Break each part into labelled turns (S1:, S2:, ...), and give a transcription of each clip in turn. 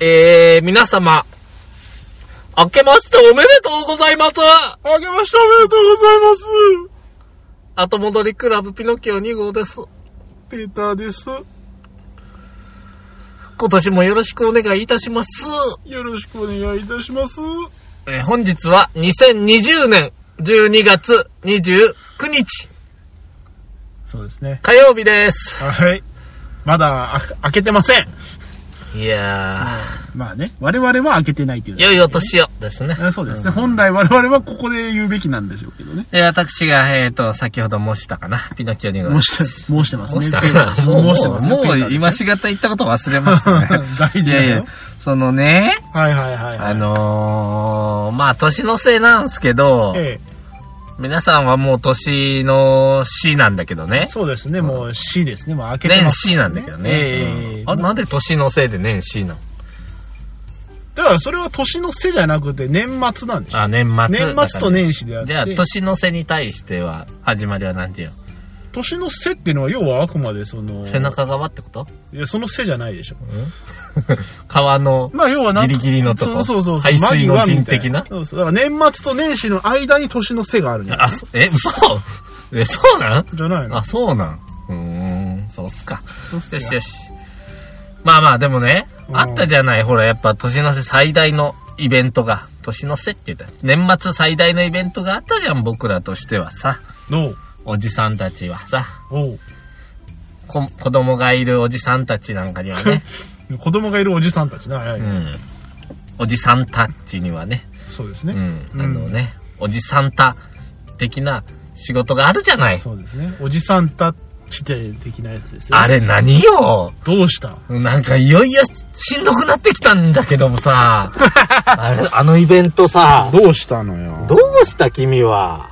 S1: えー、皆様、明けましておめでとうございます
S2: あけましておめでとうございます。
S1: 後戻りクラブピノキオ2号です。
S2: ピーターです。
S1: 今年もよろしくお願いいたします。
S2: よろしくお願いいたします。
S1: えー本日は2020年12月29日
S2: そうですね。
S1: 火曜日です。
S2: はい。まだ、あ開けてません。
S1: いや
S2: まあね、我々は開けてないという
S1: ー、良いお年をですね。
S2: あそうですね。本来我々はここで言うべきなんでしょうけどね。
S1: えー私が、えっ、と、先ほど申したかな。ピノキオ2号
S2: 申
S1: です。
S2: して、申してますね。
S1: 申したかな。も
S2: もう
S1: う、
S2: 申してますね。。
S1: もう、もう今しがた言ったこと忘れましたね
S2: 大事だよ
S1: いやいやそのね、
S2: はいはいはい。
S1: あのー、まあ、年のせいなんですけど、
S2: え
S1: 皆さんはもう年の死なんだけどね
S2: え、。そうですね。もう死ですね。もう開けて
S1: 年
S2: ます、
S1: 死なんだけどね。
S2: ええ
S1: うんあれなんで年のせいで年死なの
S2: だからそれは年の瀬じゃなくて年末なんでしょ。
S1: あ、年末。
S2: 年末と年始であっ
S1: じゃあ、
S2: て、
S1: 年の瀬に対しては、始まりは何て言う
S2: 年の瀬っていうのは要はあくまでその、
S1: の背中側ってこと
S2: いや、その瀬じゃないでしょ。
S1: 川の、
S2: まあ要はなんか
S1: ギリギリのとこ
S2: そうそうそう。
S1: 排水の
S2: 間際みたい
S1: 陣的な
S2: そうそう。だから年末と年始の間に年の瀬があるんじゃない
S1: あ、そえ、嘘え、そうなん
S2: じゃないの
S1: あ、そうなん。うーん、そうっすか。
S2: そうっす
S1: よ
S2: よ
S1: しよし。まあまあ、でもね、
S2: うん
S1: あったじゃない、ほら、やっぱ年の瀬最大のイベントが、年の瀬って言ったら年末最大のイベントがあったじゃん、僕らとしてはさ、
S2: の
S1: おじさんたちはさ、
S2: お
S1: こ子供がいるおじさんたちなんかには ね、。
S2: う子供がいるおじさんたちな。はいはいう
S1: ん、おじさんたちにはね、
S2: そうです
S1: う
S2: ね。
S1: ん、あのね、おじさんた的な仕事があるじゃない。
S2: そうですね。おじさんたちで的なやつですよ。
S1: あれ何よ
S2: どうした
S1: なんかいよいよしんどくなってきたんだけども さ、あれあのイベントさ、
S2: どうしたのよ。
S1: どうした君は。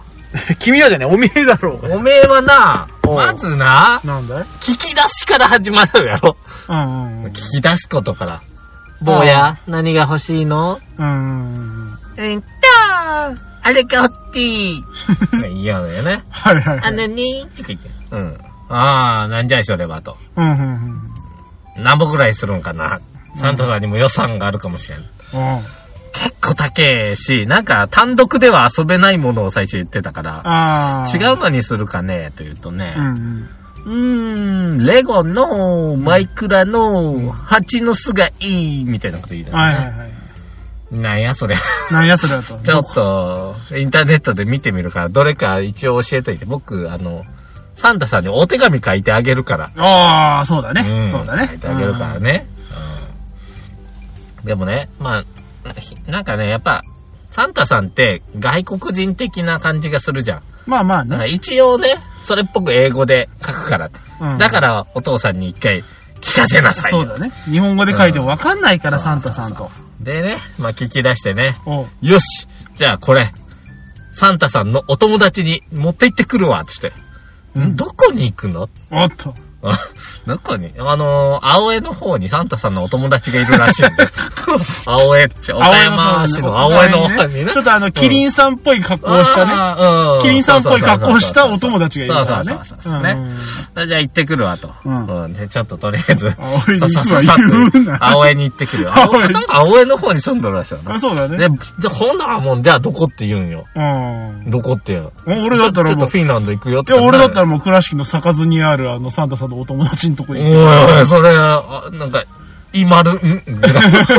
S2: 君はじゃねえおめえだろう。
S1: おめえはな、
S2: おう
S1: まずな、
S2: なんだい
S1: 聞き出しから始まるやろ。
S2: うんう
S1: 聞
S2: ん
S1: き出すことから。坊や、何が欲しいの
S2: うん。うん。
S1: うんと、あれが欲 しい。嫌だよね。
S2: はいはいは
S1: あ
S2: い。
S1: のね、って言って。うん。ああ、なんじゃいそれはと。
S2: うんうんうん。
S1: 何本くらいするんかな。サンタさんにも予算があるかもしれん。
S2: うん
S1: 結構高えし、なんか単独では遊べないものを最初言ってたから、
S2: ああ。
S1: 違うのにするかねというとね
S2: う、んうん。
S1: うーん、レゴの、マイクラの、蜂の巣がいい、みたいなこと言うの
S2: はい
S1: ね
S2: はいはい。
S1: なんやそれ。
S2: なんやそれだと。
S1: ちょっと、インターネットで見てみるから、どれか一応教えといて、僕、あの、サンタさんにお手紙書いてあげるから。
S2: ああ、そうだね。
S1: ん
S2: そうだね。
S1: 書いてあげるからね。うんでもね、まあ、ひなんかね、やっぱ、サンタさんって外国人的な感じがするじゃん。
S2: うん。まあまあ
S1: だから
S2: ね。
S1: 一応ね、それっぽく英語で書くからって
S2: うん
S1: だからお父さんに一回聞かせなさい
S2: そ
S1: よ
S2: うだね。日本語で書いても分かんないから、サンタさんと。
S1: でね、まあ聞き出してね、
S2: おう
S1: よしじゃあこれ、サンタさんのお友達に持って行ってくるわってって、
S2: うん
S1: ん、どこに行くの
S2: おっと。
S1: あどこにあのー、青江の方にサンタさんのお友達がいるらしいんで。 青江っち、岡山市の青江の方にね。
S2: ちょっとあの、キリンさんっぽい格好をしたね。
S1: ね。うん。
S2: キリンさんっぽい格好をしたお友達がいるから
S1: そ
S2: ね。
S1: うそうそうそうそうね。じゃあ行ってくるわと。
S2: うん
S1: うん。で、ちょっととりあえず、
S2: 青江に
S1: さ
S2: 行く
S1: さ
S2: わ
S1: ささっ
S2: 言う
S1: と
S2: な
S1: 青江に行ってくるよ。
S2: 青
S1: 青
S2: 江
S1: 江、なんか青江の方に住んどるらしいよ
S2: うんあ
S1: な。
S2: そうだ
S1: で
S2: ね。、
S1: じゃあほんならもう、じゃあどこって言うんよ。
S2: うん。
S1: どこって言うの
S2: 俺だった
S1: ちょ
S2: ら
S1: っ
S2: も
S1: と
S2: う、
S1: フィンランド行くよっ
S2: い
S1: て。
S2: や、俺だったらもう倉敷の坂津にあるあの、サンタさんのお友達のとこ
S1: お
S2: に
S1: い
S2: 行く。
S1: おい、それ、あなんか、いまる、ん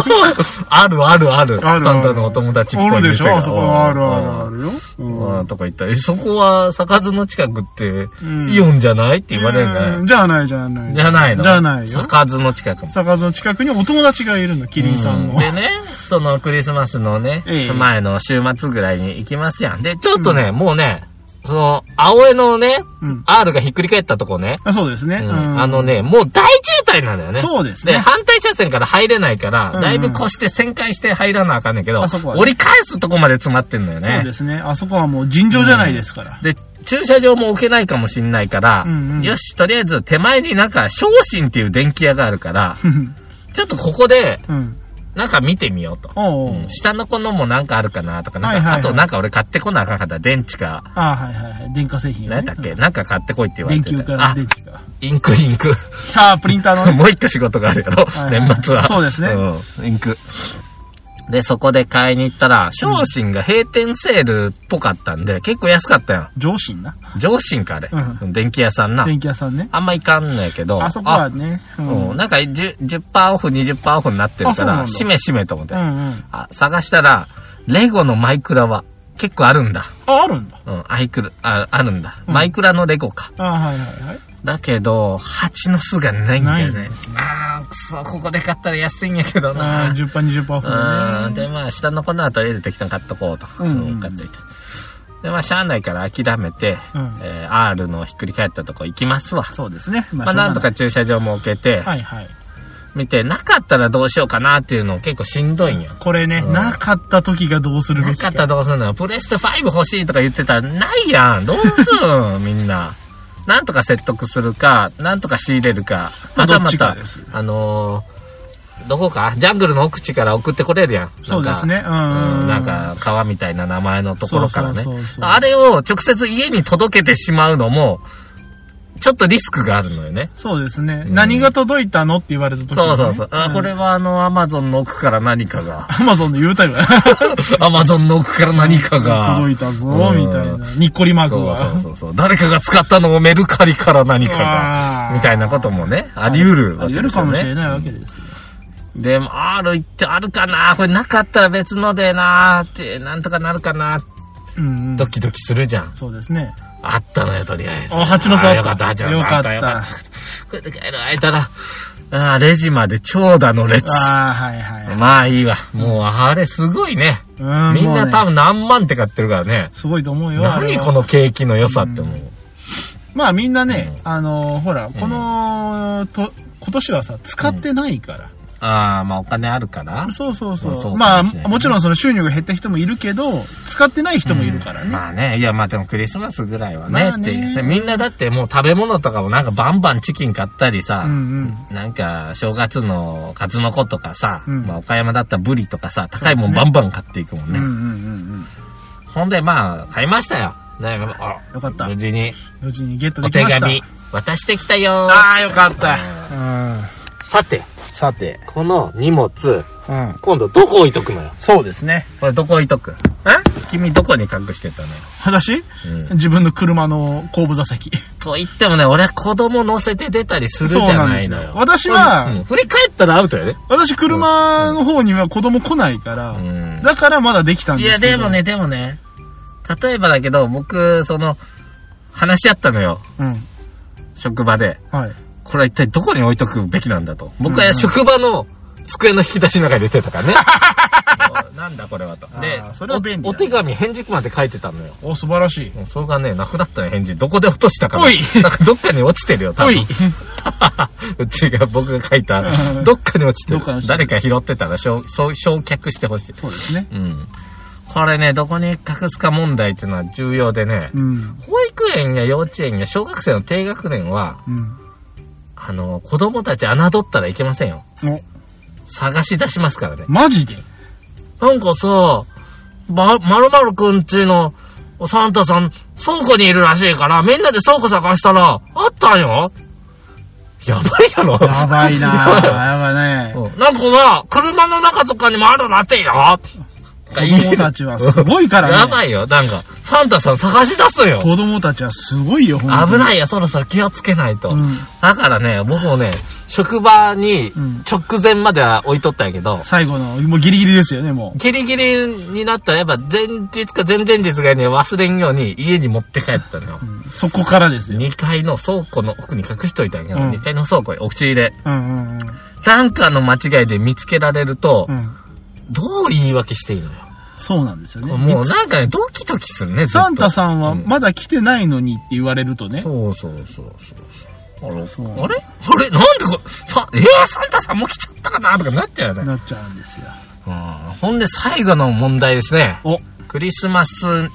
S1: あるあるある。
S2: ある
S1: サンタのお友達っぽい
S2: おるでし
S1: 店
S2: ょ
S1: が
S2: あそこはあるあるあるよ。うん
S1: うん、とか言ったら、えそこは、坂津の近くって、
S2: ん
S1: イオンじゃないって言われるんじゃ
S2: う
S1: なんい
S2: じゃあないじゃない。
S1: じゃないの
S2: じゃないよ。
S1: 坂津の近くも。
S2: 坂津の近くにお友達がいるの、キリンさんの
S1: う。でね、そのクリスマスのね、
S2: ええ
S1: 前の週末ぐらいに行きますやん。で、ちょっとね、もうね、その、青江のね、
S2: うん。
S1: R がひっくり返ったとこね、
S2: あそうですね。
S1: う
S2: うんん
S1: あの、ね、もう大渋滞なんだよね。
S2: そうです
S1: で、
S2: ね。
S1: 反対車線から入れないから、
S2: んうん
S1: だいぶ越して旋回して入らなあかんねんけど、
S2: あそこはね
S1: 折り返すとこまで詰まってんのよ
S2: そう
S1: ね
S2: で。すね。あそこはもう尋常じゃないですから。
S1: で駐車場も置けないかもしんないから、
S2: うんうん
S1: よし、とりあえず手前になんか、昇進っていう電気屋があるから、
S2: うん。
S1: ちょっとここで、
S2: うん。
S1: なんか見てみようと。
S2: おうおう、
S1: うん下の子のもなんかあるかなとか、なんか、
S2: はいはいはい
S1: あとなんか俺買ってこなあかんかった。電池か、
S2: ああ、はいはいはい。電化製品をね、
S1: 何やったっけなんか買ってこいって言われ
S2: 電
S1: て
S2: 球
S1: た。
S2: か
S1: あ、
S2: 電池か。
S1: インクインク。
S2: ああ、プリンターのね。
S1: もう一個仕事があるやろ、
S2: いはいはい
S1: 年末は。
S2: そうですね
S1: うん、インク。で、そこで買いに行ったら、商品が閉店セールっぽかったんで、結構安かったよ。
S2: 上信な。
S1: 上新か、あれ。
S2: う
S1: 電気屋さんな。
S2: 電気屋さんね。
S1: あんま行かんのやけど。
S2: あそこはね。う
S1: あ。
S2: ん。
S1: うん、なんか10、10%オフ、20%オフになってる
S2: あそ
S1: か
S2: うなん
S1: ら、
S2: だ
S1: しめしめと思って。
S2: うんうん。
S1: あ、探したら、レゴのマイクラは結構あるんだ。
S2: あ、あるんだ。
S1: うん、アイクル、あ、あるんだ。マイクラのレゴか。
S2: ああ、はいはいはい。
S1: だけど、蜂の巣がないんだよ
S2: ない
S1: ね
S2: んです。
S1: あー、くそ、ここで買ったら安いんやけど
S2: あ
S1: な
S2: あ、。10パ20パーオフ
S1: う
S2: だ
S1: ん。
S2: ね。
S1: で、まあ、下の子のはとりあえず適当に買っとこうと。
S2: うんうん
S1: うん買っといて。で、まあ、しゃあないから諦めて、
S2: うん
S1: えー R のひっくり返ったとこ行きますわ。
S2: そうですね。ま
S1: まあ、なんと。
S2: し
S1: か駐車場設けて
S2: ょう、がないはいはい。
S1: 見て、なかったらどうしようかなっていうの結構しんどいんよ。
S2: これね、
S1: うん
S2: なかった時がどうするべ
S1: な
S2: き
S1: か
S2: か。
S1: ったらどうすんのプレステ5欲しいとか言ってたら、ないやん。どうすんみん な。なんとか説得するか、なんとか仕入れるか、
S2: ま
S1: ま
S2: あ
S1: たま
S2: どっちか
S1: た
S2: ですよ、
S1: あのーどこか、ジャングルの奥地から送ってこれるやん。なんか
S2: そうですね。うん。
S1: うんなん、か川みたいな名前のところからね
S2: そうそうそうそう。
S1: あれを直接家に届けてしまうのも、ちょっとリスクがあるのよね。
S2: そうですね。
S1: うん
S2: 何が届いたのって言われた時、ね、
S1: そうそうそう。あ、
S2: ん
S1: これ。はあの、アマゾンの奥から何かが。
S2: アマゾンで言うたよね。
S1: アマゾンの奥から何かが。
S2: 届いたぞ、みたいな。にっこりマーク
S1: そう
S2: が。
S1: そうそうそう。誰かが使ったのをメルカリから何か
S2: あ
S1: が。
S2: ー
S1: みたいなこともね、あり得る
S2: あ
S1: わ
S2: り
S1: けで
S2: 得る
S1: すよ
S2: かもしれ
S1: ね。
S2: ないわけですよ。
S1: でも、R 行ってあるかなこれなかったら別のでなって、なんとかなるかな
S2: うん、うん
S1: ド。キドキするじゃん。
S2: そうですね。
S1: あったのよ、とりあえず。
S2: あ蜂の巣あっ
S1: あ
S2: た
S1: よかった、蜂の巣
S2: よかった
S1: よかった。これで帰る間ら、ああ、レジまで長蛇の列。
S2: ああ、はいはい。
S1: まあいいわ。もう、あれすごいね。
S2: うん
S1: みん
S2: もう
S1: な
S2: ね
S1: 多分何万って買ってるからね。
S2: すごいと思うよ。あれ
S1: 何
S2: は
S1: この景気の良さって思う。
S2: まあみんなね、あのーほら、この、と、今年はさ、使ってないから。
S1: ああ、まあお金あるから。
S2: そうそうそう。
S1: まあそう
S2: ま
S1: か
S2: あ、
S1: もしれないね
S2: もちろんその収入が減った人もいるけど、使ってない人もいるからね。
S1: まあね、いやまあでもクリスマスぐらいはね
S2: まあ
S1: っ
S2: ね
S1: ていう。でみんなだってもう食べ物とかもなんかバンバンチキン買ったりさ、
S2: うん
S1: なんか正月の数の子とかさ、
S2: うん
S1: まあ岡山だったらブリとかさ、高いも
S2: そうんです
S1: バンバン買っていくもん
S2: うん。うんう
S1: ね。
S2: んうん
S1: ほんでまあ買いましたよ。ね、あ
S2: うん。よかった
S1: 無。事に
S2: 無事にゲット
S1: お
S2: でき
S1: 手
S2: ました。
S1: 紙渡してきたよ
S2: ああ、よかった。うん。
S1: さて、
S2: さて。
S1: この荷物、
S2: うん。
S1: 今度どこ置いとくのよ。
S2: そうですね。
S1: これどこ置いとくえ君どこに隠してたのよ。
S2: 私、
S1: うん
S2: 自分の車の後部座席。
S1: と言ってもね、俺は子供乗せて出たりするじ
S2: そう
S1: ゃ
S2: なん
S1: な
S2: で
S1: い
S2: す
S1: の
S2: よ
S1: よ。。
S2: 私は、
S1: うん振り返ったらアウトやで。
S2: 私車の方には子供来ないから、
S1: うん
S2: だからまだできたん
S1: い
S2: です
S1: や、
S2: けど。
S1: でもね、でもね、例えばだけど、僕、その、話し合ったのよ、
S2: うん。
S1: 職場で。
S2: はい。
S1: これは一体どこに置いとくべきなんだと。僕
S2: うんう
S1: は
S2: ん
S1: 職場の机の引き出しの中に出てたからね。 おなんだこれはと。で
S2: あーそれは便利だね
S1: お、お手紙、返事まで書いてたのよ。
S2: お、素晴らしい。
S1: もうそれがね、なくなったの返事。どこで落としたかな。
S2: おい
S1: なんかどっかに落ちてるよ、多
S2: おい
S1: 分。 うちが僕が書いた
S2: う、ん
S1: どっかに落ちて
S2: どっかに
S1: る。
S2: 落ちて
S1: 誰
S2: る
S1: か拾ってたら焼焼焼却してほしい。
S2: そうですね。
S1: うん。これね、どこに隠すか問題っていうのは重要でね、
S2: うん。
S1: 保育園や幼稚園や小学生の低学年は、
S2: うん。
S1: あの、子供たち侮ったらいけませんよ。
S2: お、
S1: 探し出しますからね。
S2: マジで
S1: なんかさ、ば、まるまるくんちのサンタさん、倉庫にいるらしいから、みんなで倉庫探したら、あったんよやばいやろ
S2: やばいな
S1: やばい
S2: やばいね。
S1: うんなんかな、車の中とかにもあるらしいよ
S2: 子供たちはすごいからね。
S1: やばいよ、なんか、サンタさん探し出すよ
S2: 子供たちはすごいよ、ほん
S1: 危ないよ、そろそろ気をつけないと。
S2: うん
S1: だからね、僕もね、職場に
S2: うん
S1: 直前までは置いとったんやけど、
S2: 最後の、もうギリギリですよね、も
S1: ギリギリになったら、やっぱ前日か前々日ぐらいには忘れんように家に持って帰ったのよ。
S2: う。うんそこからですよ。
S1: 2階の倉庫の奥に隠しといたんやけど、
S2: うん
S1: 2階の倉庫に、お口入れ。
S2: うんうん
S1: なんかの間違いで見つけられると
S2: う、ん。うん。
S1: どう言い訳していいのよ。
S2: そうなんですよね。
S1: もうなんかね、ドキドキするね、ずっと
S2: サンタさんは
S1: うん
S2: まだ来てないのにって言われるとね。
S1: そうそうそうそうそう。あれ
S2: そう
S1: あれあれなんでこれ、さ、えー、サンタさんもう来ちゃったかなとかなっちゃうよね。
S2: なっちゃうんですよ。
S1: うん。ほんで最後の問題ですね。
S2: お、
S1: クリスマス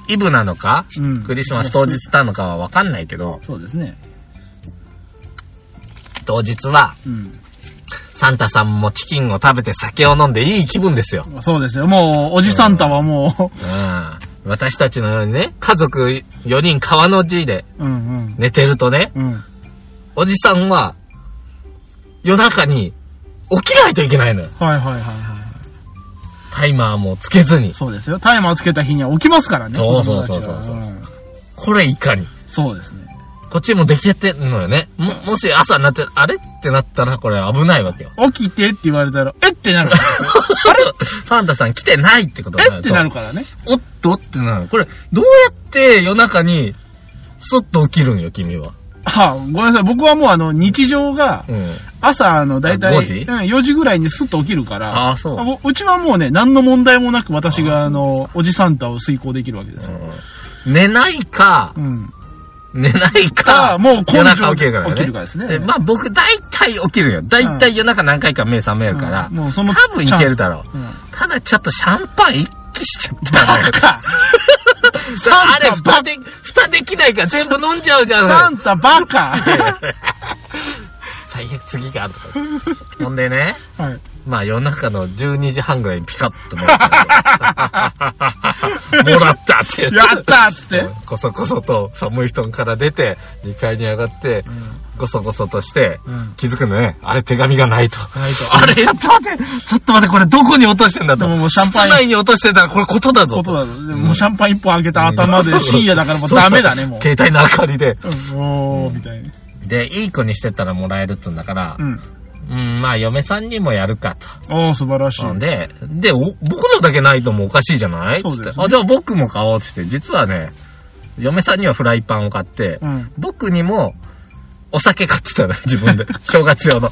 S1: イブなのか、
S2: うん
S1: クリスマス当日なのかはわかんないけど、
S2: そうですね。
S1: 当日は
S2: うん。
S1: サンタさんもチキンを食べて酒を飲んでいい気分ですよ。
S2: そうですよ。もう、おじサンタはも
S1: うん。私たちのようにね、家族4人川の字で
S2: う、 うん
S1: 寝てるとね、
S2: うん。うん。
S1: おじさんは夜中に起きないといけないのよ。
S2: はいはいはいはい。
S1: タイマーもつけずに。
S2: そうですよ。タイマーつけた日には起きますからね。
S1: そうそうそう
S2: 子供たちは
S1: そうそ
S2: ん
S1: これいかに。
S2: そうですね。
S1: こっちも出来やってんのよね。も、もし朝になって、あれってなったらこれ危ないわけよ。
S2: 起きてって言われたら、えってなる からですよ。
S1: あれサンタさん来てないってことに
S2: え
S1: な
S2: っ
S1: る
S2: て
S1: と。
S2: なるからね。
S1: おっとってなる。これ、どうやって夜中に、すっと起きるんよ、君は。
S2: はあ、ごめんなさい。僕はもうあの、日常が
S1: う、ん。
S2: 朝、あの、だいたい、
S1: あ
S2: う
S1: 5
S2: ん
S1: 時
S2: 4時ぐらいにスッと起きるから、
S1: あそう
S2: ううちはもうね、何の問題もなく私
S1: あ
S2: が、あの、おじサンタを遂行できるわけですよ。
S1: 寝ないか
S2: う、ん。
S1: 寝ない
S2: あ
S1: か、
S2: もう根性
S1: 夜中起きるからね。
S2: 起きるからですね
S1: でまあ僕大体起きるよ。大体夜中何回か目覚めるから、
S2: うんもうその
S1: 多分いけるだろう。
S2: うん
S1: ただちょっとシャンパン一気しちゃった のよ。あれ、
S2: サンタ
S1: 蓋で、蓋できないから全部飲んじゃうじゃ
S2: サ
S1: ん。
S2: ンタバカは
S1: 最悪次があるとか。ほんでね、
S2: い。
S1: まあ夜中の12時半ぐらいにピカッともらった。もらったって言って
S2: やったーっつって。
S1: こそこそと寒い布団から出て、2階に上がって、こそこそとして、
S2: うん
S1: 気づくのね、あれ手紙がないと。
S2: ないと
S1: あれ、ちょっと待って、ちょっと待って、これどこに落としてんだと。
S2: もうもうシャンパン
S1: 室内に落としてたらこれことだぞ。
S2: こととだろ。でももうシャンパン一本開けた頭で深夜だからもう
S1: そうそう
S2: ダメだね、もう。
S1: 携帯の明かりで。
S2: うんおー、みたいな。
S1: で、いい子にしてたらもらえるっつうんだから
S2: う、ん。
S1: うん、まあ嫁さんにもやるかと。
S2: おー、素晴らしい。
S1: うんで、で、お僕のだけないともおかしいじゃない
S2: そうですね
S1: つってあ、じゃあ僕も買おうって言って、実はね、嫁さんにはフライパンを買って、
S2: うん
S1: 僕にもお酒買ってたの、自 分で。正月用の。うん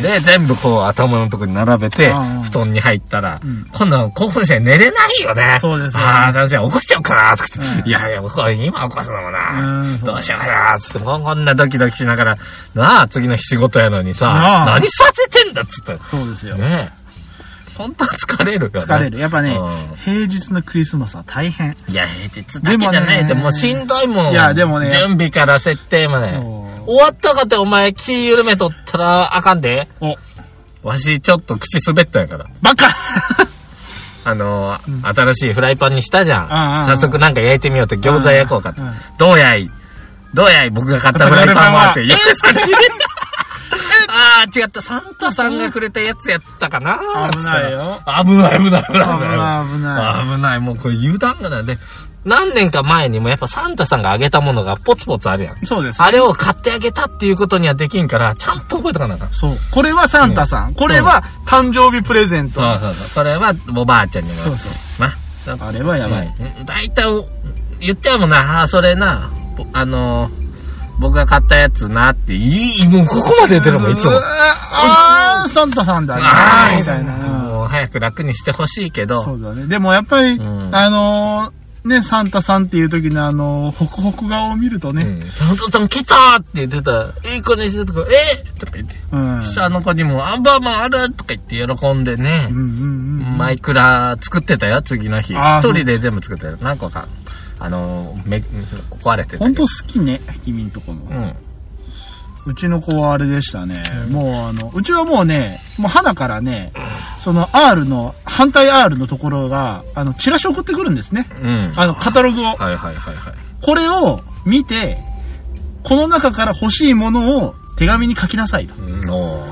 S1: で、全部こう頭のとこに並べて
S2: うんうん、
S1: 布団に入ったら、
S2: ん
S1: 今度は興奮して寝れないよね。
S2: そうですよね
S1: ああ、私は起こしちゃおうかな、とか言って、
S2: うん
S1: いやいや、僕は今起こすのもな、
S2: うんそう
S1: どうしようかな、つって、もうこんなドキドキしながら、なあ、次の日仕事やのにさ、
S2: なあ
S1: 何させてんだ、つって。
S2: そうですよ。
S1: ねえ。本当は疲れるよね。
S2: 疲れる。やっぱね
S1: う、
S2: 平日のクリスマスは大変。
S1: ん。いや、平日だけじゃないで
S2: でもね
S1: もうしんどいもん。
S2: いやでもね
S1: 準備から設定まで。
S2: お
S1: 終わったかってお前気緩めとったらあかんで。
S2: お、
S1: わしちょっと口滑ったんやから。
S2: バカ
S1: あのー新しいフライパンにしたじゃん。
S2: ああ
S1: 早速なんか焼いてみようって餃子焼こうかと
S2: うんうん。
S1: どうやいどうやい僕が買ったフライパンはって。
S2: フ
S1: いや、さっき ああ、違った。サンタさんがくれたやつやったかな
S2: 危ないよ。
S1: 危ない危ない危ない
S2: 危ない危ない。
S1: 危ない。もうこれ油断がない。で、何年か前にもやっぱサンタさんがあげたものがポツポツあるやん。
S2: そうです。
S1: あれを買ってあげたっていうことにはできんから、ちゃんと覚えとかなあかん。
S2: そう。これはサンタさん。これは誕生日プレゼン
S1: そ
S2: ト。
S1: うそうそう。それはおばあちゃんにも。
S2: そうそう。
S1: な。だ
S2: あれはやばい。
S1: うん大体、言っちゃうもんな。あーそれな、ぼあのー僕が買ったやつなって、いい、もうここまで出るもん、いつも
S2: う。あー、サンタさんだね。
S1: ああ、
S2: みたいな。うん
S1: もう早く楽にしてほしいけど。
S2: そうだね。でもやっぱり、
S1: うん
S2: あのーね、サンタさんっていう時のあのー、ホクホク顔を見ると
S1: う
S2: ね。
S1: ん。サンタさん来たって言ってた。いい子にしてたから、えーとか言って。
S2: うん。
S1: 下の子にも、アンバーマンあるとか言って喜んでね
S2: うん。うんうん。
S1: マイクラ作ってたよ、次の日。
S2: あ
S1: 一
S2: ー
S1: 人で全部作ってたよ。何個か、あの、め、壊れてた
S2: ほ
S1: け
S2: ん
S1: ど。
S2: と好きね、君んとこの。
S1: うん。
S2: うちの子はあれでしたね。もうあの、うちはもうね、もう花からね、その R の、反対 R のところが、あの、チラシ送ってくるんですね。
S1: うん。
S2: あの、カタログを。
S1: はいはいはいはい。
S2: これを見て、この中から欲しいものを手紙に書きなさいと。
S1: うん、お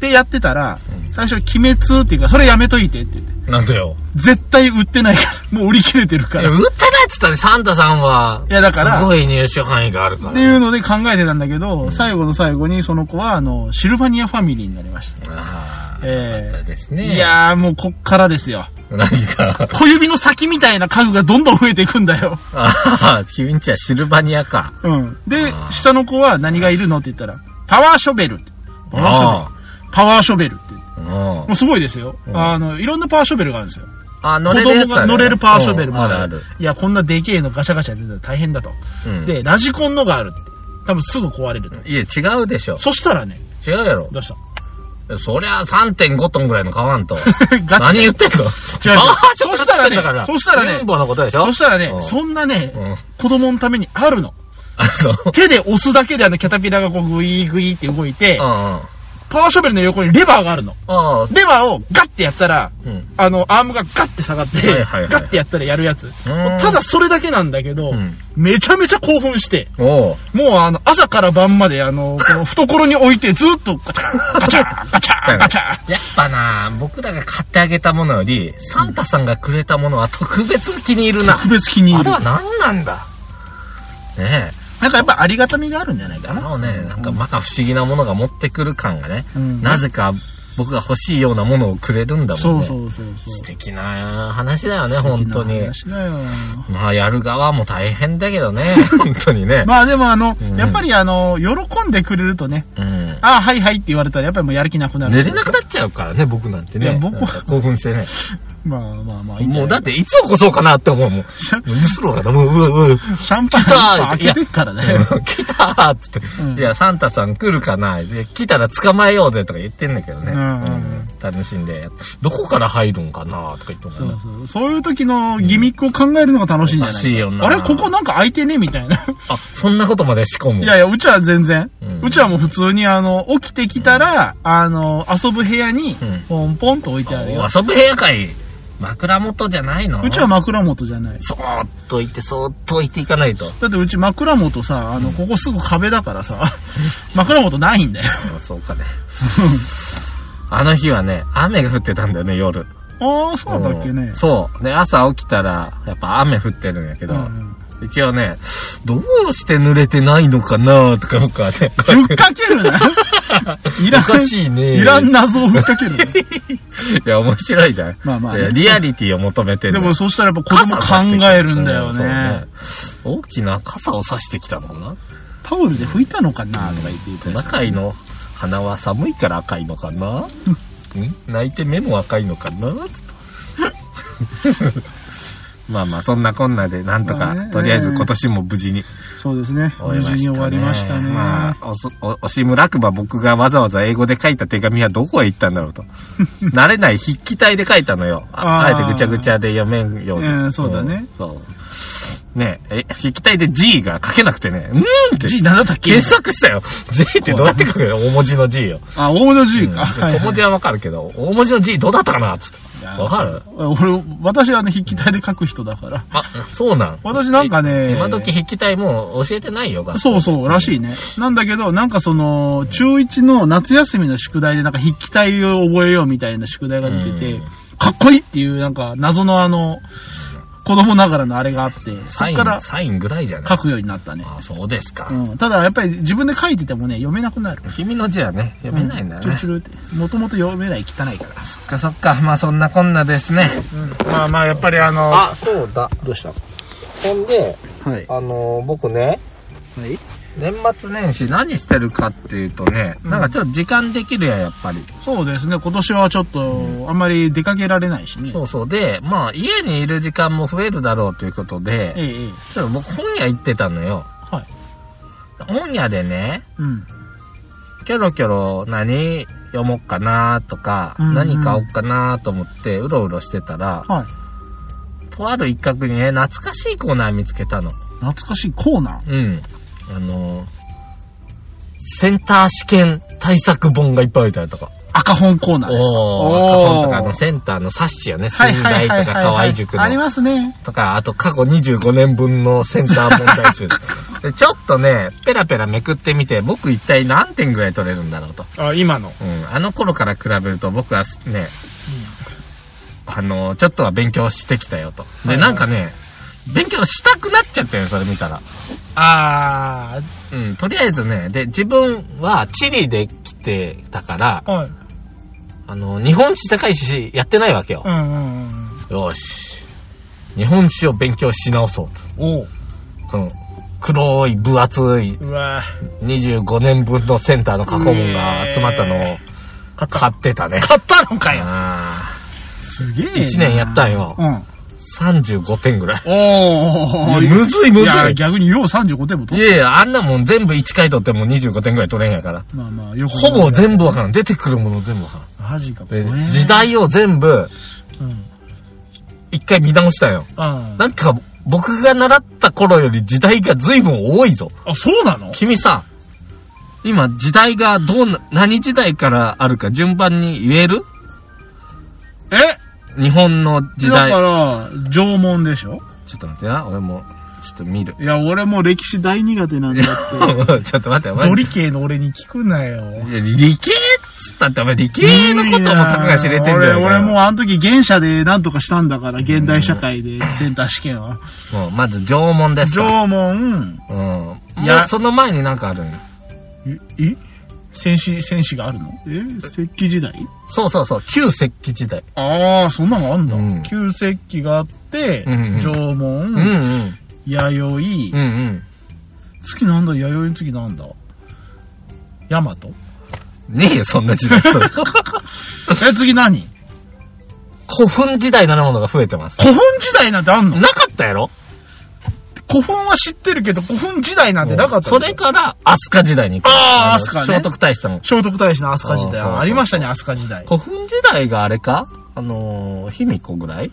S2: でやってたら、最初、鬼滅っていうか、それやめといてって言って。
S1: ーなんでよ。
S2: 絶対売ってないから。 もう売り切れてるか
S1: いや、
S2: ら。っ
S1: 売ってないっつったらサンタさんは、
S2: いやだから
S1: すごい入手範囲があるから。
S2: ていうので考えてたんだけど、最後の最後にその子は、あの、シルバニアファミリーになりました。
S1: ああ、
S2: ええ
S1: よかったですね。
S2: い、やー、もうこっからですよ。
S1: 何か。
S2: 小指の先みたいな家具がどんどん増えていくんだよ。
S1: ああ、君んちはシルバニアか。
S2: うん。で、下の子は何がいるのって言ったら、パワーショベルって。パワーショベル
S1: あ。
S2: パワーショベルって言って。
S1: あうん
S2: もうすごいですよ。
S1: ん
S2: あの、いろんなパワーショベルがあるんですよ。
S1: あ、乗
S2: 子
S1: れるや
S2: 供
S1: つあ
S2: が
S1: る
S2: 乗れるパワーショベル
S1: うん
S2: も
S1: あ
S2: あ
S1: る
S2: る。
S1: ある。
S2: いや、こんなでけえのガシャガシャやってたら大変だと。
S1: うん、
S2: で、ラジコンのがあるって。多分すぐ壊れると。
S1: いや、違うでしょ。
S2: そしたらね、
S1: 違うやろ。
S2: どうした
S1: そりゃ3.5トンぐらいの買わん と。
S2: ガチ
S1: 何言ってんの
S2: 違う
S1: ああ、ちょっと
S2: そしたらね
S1: だから。
S2: そしたらね
S1: ユンボのことでしょ
S2: そしたらね
S1: う、ん
S2: そんなね
S1: うん、
S2: 子供のためにあるの。
S1: あ、そう。
S2: 手で押すだけであのキャタピラがこうグイーグイーって動いて
S1: う、んうん。
S2: パワーショベルの横にレバーがあるの。
S1: ああ、
S2: レバーをガッてやったら、
S1: うん。
S2: あの、アームがガッて下がって、
S1: はいはいはい
S2: ガッてやったらやるやつ。
S1: ん
S2: ただそれだけなんだけど、
S1: うん
S2: めちゃめちゃ興奮して、
S1: おう。
S2: もうあの、朝から晩まで、あの、この懐に置いてずっとガチャ、ガチャ、ガチャ、ガチャ。
S1: やっぱな、僕らが買ってあげたものより、サンタさんがくれたものは特別気に入るな。
S2: 特別気に
S1: あ
S2: 入る
S1: れ。は何なんだね
S2: なんかやっぱありがたみがあるんじゃない
S1: え。
S2: か
S1: あ
S2: な。
S1: のね、なんかまか不思議なものが持ってくる感がね、
S2: うん
S1: なぜか僕が欲しいようなものをくれるんだもんね。
S2: そうそうそう
S1: 素
S2: そう。
S1: 敵な話だよね、本当に。
S2: 素敵な話だよ
S1: まあ、やる側も大変だけど ね、本当にね。
S2: まあでもあの、
S1: ん
S2: やっぱりあの、喜んでくれるとね、
S1: うん。
S2: ああ、はいはいって言われたらやっぱりもうやる気なくなる。
S1: 寝れなくなっちゃうからね、僕なんて
S2: い
S1: ね。
S2: や僕は
S1: なんか興奮してね。
S2: まあまあまあ、いいんじゃ
S1: もうだ
S2: な
S1: っ
S2: い
S1: て、いつ起こそうかなって 思うもん。
S2: シャ
S1: うるせろかな、もう、うわ、うわ。
S2: シャンパン
S1: 来た
S2: 開けてっからね。
S1: 来たーっつって、
S2: うん
S1: いや、サンタさん来るかなで来たら捕まえようぜとか言ってんだけどね。
S2: う
S1: う
S2: んうんうん
S1: ん楽しんで。どこから入るんかなとか言ってもら
S2: そうう
S1: な
S2: そう。そういう時のギミックを考えるのが楽しいんじ
S1: お
S2: ゃ
S1: か
S2: な
S1: しい
S2: い
S1: よな
S2: あれここなんか開いてねみたいな。
S1: あ、そんなことまで仕込む。
S2: いやいや、うちは全然。
S1: うん
S2: うちはもう普通に、あの、起きてきたら、あの、遊ぶ部屋に
S1: うん、
S2: ポンポンと置いてあるよ。
S1: 遊ぶ部屋かい枕元じゃないの
S2: うちは枕元じゃない。
S1: そーっと行って、そーっと行っていかないと。
S2: だってうち枕元さ、あの、ここすぐ壁だからさ、 枕元ないんだよ。
S1: あそう かね。あの日はね、雨が降ってたんだよね、夜。
S2: ああ、そうだったっけ
S1: う
S2: ね
S1: ん。そう。で、朝起きたら、やっぱ雨降ってるんやけど、
S2: うん
S1: 一応ね、どうして濡れてないのかなとか僕はね、こうや
S2: ぶ
S1: っ
S2: ってかける な。いら
S1: おかしい
S2: ん、
S1: ね。
S2: いらん謎をぶっかけるな。
S1: いや、面白いじゃん。
S2: まあまあね
S1: いやリアリティを求めてる
S2: でも、そうしたらやっぱ子供考えるんだよね。
S1: 大きな傘を差してきたのかな
S2: タオルで拭いたのかなとか言っていたり
S1: トナカイの鼻は寒いから赤いのかな、 ん、泣いて目も赤いのかなつって まあまあそんなこんなでなんと
S2: まあ
S1: か、
S2: ね
S1: とりあえず今年も無事に
S2: そうですね。無
S1: 終えま
S2: 事
S1: した、ね、
S2: に終わりましたね。
S1: まあおそお押村くば僕がわざわざ英語で書いた手紙はどこへ行ったんだ ろうと慣れない筆記体で書いたのよああ
S2: あ
S1: え
S2: ー
S1: てぐちゃぐちゃで読めんように、
S2: うんそうだね
S1: んそうねええ筆記体で G が書けなくてねうーんって
S2: 字何だったっけ
S1: 検索したよ。G ってどうやって書くの大文字の G よ。
S2: あ、大文字の G か。はいは
S1: 小
S2: い
S1: 文字はわかるけど、大文字の G どうだったかなつって。わかる
S2: 俺、私はね、筆記体で書く人だから。
S1: あ、そうなん。
S2: 私なんか
S1: い
S2: ね
S1: 今時筆記体もう教えてないよ、学校
S2: そうそう、らしいね。なんだけど、なんかその、中1の夏休みの宿題で、なんか筆記体を覚えようみたいな宿題が出て
S1: う
S2: て、かっこいいっていう、なんか謎のあの、子供ながらのあれがあって、そ
S1: サ
S2: っ
S1: イ
S2: から
S1: ン、サインぐらいじゃない
S2: 書くようになったね。
S1: あ、そうですか。
S2: うん、ただ、やっぱり自分で書いててもね、読めなくなる。
S1: 君の字はね、読めないんだ
S2: うちゅ
S1: ね。
S2: ちゅるって。もともと読めない汚いか
S1: そっかそっか。まあそんなこんなですね。
S2: ら。まあまあ、やっぱりあの、
S1: あ、そうだ。
S2: どうした
S1: ほんで、
S2: はい。
S1: あのー僕ね、
S2: はい
S1: 年末年始何してるかっていうとね、なんかちょっと時間できるやん、やっぱり。
S2: そうですね、今年はちょっと、あんまり出かけられないしね。
S1: そうそう。で、まあ、家にいる時間も増えるだろうということ
S2: え
S1: で、
S2: え、ええ。
S1: ちょっと僕本屋行ってたのよ。
S2: はい。
S1: 本屋でね、
S2: うん。
S1: キョロキョロ何読もうかなとか、
S2: うんうん
S1: 何買おうかなと思ってうろうろしてたら、
S2: はい。
S1: とある一角にね、懐かしいコーナー見つけたの。
S2: 懐かしいコーナー
S1: うん。あのーセンター試験対策本がいっぱい置いてあるとか。
S2: 赤本コーナーですか。
S1: おー、赤本とかの
S2: ね。
S1: センターの冊子よね。
S2: はい
S1: 寸
S2: は
S1: 大
S2: いはいはいはい
S1: とか河合塾の。
S2: ありますね。
S1: とか、あと過去25年分のセンター問題集。 でちょっとね、ペラペラめくってみて、僕一体何点ぐらい取れるんだろうと。
S2: あ、今の。
S1: うん、あの頃から比べると僕はね、あの、ちょっとは勉強してきたよと。で、
S2: はいはい
S1: なんかね、勉強したくなっちゃったよ、それ見たら。
S2: あ
S1: うん、とりあえずね、で、自分はチリで来てたから、
S2: ー、はい。
S1: あの、日本史高いし、やってないわけよ
S2: う。んうんうん。
S1: よし。日本史を勉強し直そうと。
S2: おう。
S1: この、黒い分厚いう
S2: わ
S1: 25年分のセンターの過去問が集まったのを
S2: 買っ
S1: 買ってたね。
S2: 買ったのかよ。
S1: あ
S2: すげえな。
S1: 1年やったんよ
S2: うん。
S1: ー35点ぐらい。
S2: おー。
S1: いやむずいむずい
S2: や、逆によう35点も
S1: い
S2: 取っ
S1: やいや、あんなもん全部1回取っても25点ぐらい取れんやから。
S2: た。まあまあ、よく。
S1: ほぼ全部わからん。出てくるもの全部わか
S2: マジか、こ
S1: ら
S2: れ。
S1: ん。で時。代を全部
S2: うん。
S1: 1回見直したんよ。
S2: あー
S1: なんか僕が習った頃より時代が随分多いぞ。
S2: あ、そうなの
S1: 君さ、今、時代がどうな、何時代からあるか順番に言える
S2: え
S1: 日本の時
S2: だ
S1: 代。
S2: から、縄文でしょ
S1: ちょっと待ってな、俺も、ちょっと見る。
S2: いや、俺もう歴史大苦手なんだって。
S1: ちょっと待って、お前
S2: ド。リ系の俺に聞くなよ。
S1: いや理系っつったって、お前理系のこともたかが知れてんだよ。
S2: 俺、俺もうあの時原社で何とかしたんだから、現代社会でセンター試験は。
S1: もうまず縄文ですと。
S2: 縄文、
S1: うん。も
S2: いや
S1: うその前になんかあるんよ
S2: え戦士、戦士があるのえ石器時代
S1: そうそうそう、旧石器時代。
S2: ああ、そんなのあんだ。
S1: うん
S2: 旧石器があって、
S1: うんうん
S2: 縄文、
S1: うんうん。
S2: 弥
S1: う
S2: 生、
S1: んうん。
S2: 次なんだ弥生の次なんだヤマト
S1: ねえよ、そんな時 代。
S2: え、次何
S1: 古墳時代なるものが増えてます。
S2: 古墳時代なんてあんの
S1: なかったやろ
S2: 古墳は知ってるけど、古墳時代なんてなかった
S1: そ
S2: よ
S1: れから、飛鳥時代に行く。
S2: あー
S1: の
S2: 飛鳥ね
S1: 聖徳太子さん。
S2: 聖徳太子の飛鳥時代。
S1: そうそうそう
S2: ありましたね、飛鳥時代。
S1: 古墳時代があれかあのー、卑弥呼ぐらい、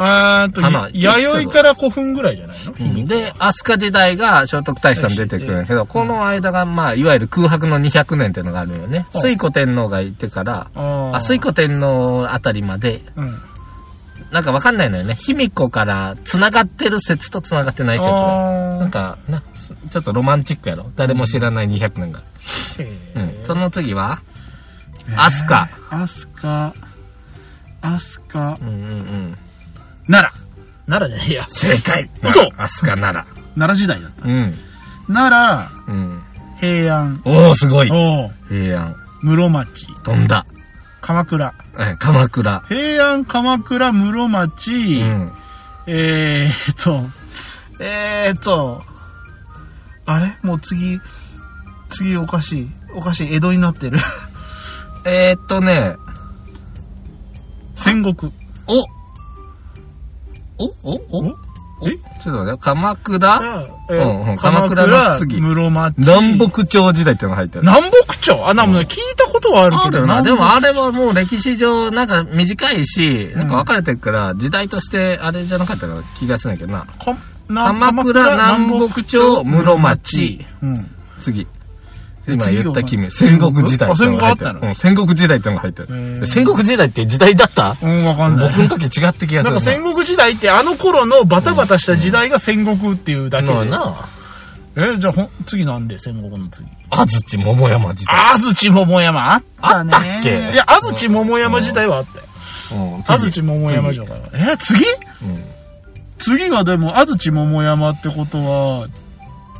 S2: えーっと
S1: かな、
S2: 弥生から古墳ぐらいじゃないの
S1: で、飛鳥時代が聖徳太子さん出てくるんやけど、この間が、まあ、いわゆる空白の200年っていうのがあるよね。
S2: うん
S1: 水古天皇がいてから、
S2: あ
S1: あ、水古天皇あたりまで、
S2: うん。
S1: なんかわかんないのよね。卑弥呼から繋がってる説と繋がってない説が。な
S2: あ
S1: んか、な、すちょっとロマンチックやろ誰も知らない200年が。
S2: ー
S1: うん。その次は、飛鳥。
S2: 飛鳥、飛鳥、
S1: うんうんうん。
S2: 奈良。奈良じゃないいや。
S1: 正解
S2: 嘘
S1: 飛鳥なら。
S2: 奈良時代だっ
S1: うん。
S2: た。奈
S1: うん。
S2: 良、平安、
S1: おおすごい
S2: おう
S1: 平安。
S2: 室町、
S1: 飛んだ。
S2: 鎌倉。
S1: うん鎌倉。
S2: 平安、鎌倉、室町、
S1: うん。
S2: えーっと、えーっと、あれもう次、次おかしい。おかしい。江戸になってる。
S1: えー、っとね、
S2: 戦国。
S1: おおおおおえちょっと待って、鎌倉
S2: え
S1: うんうん
S2: ー
S1: 鎌倉の次
S2: 室町。
S1: 南北朝時代っていうのが入ってる。
S2: 南北朝あ、なんか聞いたことはある
S1: あ
S2: け
S1: る
S2: ど
S1: よな。で
S2: 南北
S1: もあれはもう歴史上、なんか短いし、なんか分かれてるから、時代としてあれじゃなかったから気がするんだけどな。
S2: かな
S1: 鎌倉、南北朝、室町。。
S2: うん。
S1: 次。
S2: え
S1: 今
S2: 次
S1: 言った君、
S2: が
S1: 戦国時代
S2: あ
S1: ってのが入
S2: 戦国あったの
S1: てるうん戦国時代ってのが入って
S2: へ
S1: る。
S2: ー
S1: 戦国時代って時代だった
S2: うん、わかん
S1: 僕
S2: ない。
S1: の時違った気がする。
S2: なんか戦国時代ってあの頃のバタバタした時代が戦国っていうだけで。
S1: のな、
S2: え、じゃあほん、次なんで戦国の次。
S1: 安土桃山時代。
S2: 安土桃山あったね。
S1: あったっけ
S2: いや、安土桃山自体はあったよ。
S1: うん
S2: 安土桃山城から。え、次
S1: うん
S2: 次がでも、安土桃山ってことは、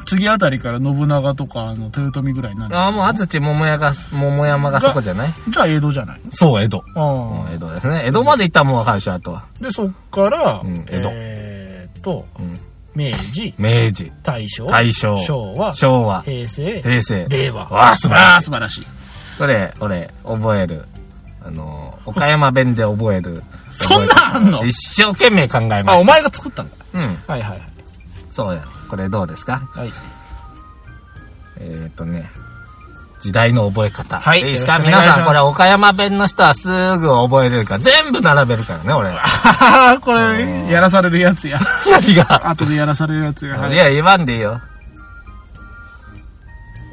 S2: 次あたりから信長とか、あの、豊臣ぐらいになる。
S1: ああ、もう安土桃山が、桃山がそこじゃない
S2: じゃあ江戸じゃない
S1: そう、江戸。
S2: あ
S1: うん江戸ですね。江戸まで行ったらもうわかるでしょ、あとは。
S2: あ。で、そっから、
S1: うん江戸
S2: えーっと、
S1: うん
S2: 明治、
S1: 明治、
S2: 大正、
S1: 大正、
S2: 昭和、
S1: 昭和、
S2: 平成、
S1: 平成。
S2: 令和。
S1: わあ素晴らしい
S2: ああ素晴らしい。
S1: これ、俺、覚える。あの、岡山弁で覚える。
S2: そんなんあんの
S1: 一生懸命考えま
S2: あ、お
S1: した。
S2: 前が作ったんだ。
S1: うん。
S2: はいはい
S1: そうや。これどうですか
S2: はい。
S1: えーっ、とね。時代の覚え方。
S2: はい
S1: いですか
S2: よろしくお
S1: 皆
S2: 願いします
S1: さん、これ岡山弁の人はすぐ覚えれるから、全部並べるから ね、俺。
S2: はい。これ、やらされるやつや。
S1: 何が
S2: 後でやらされるやつが。
S1: いや、言わんでいいよ。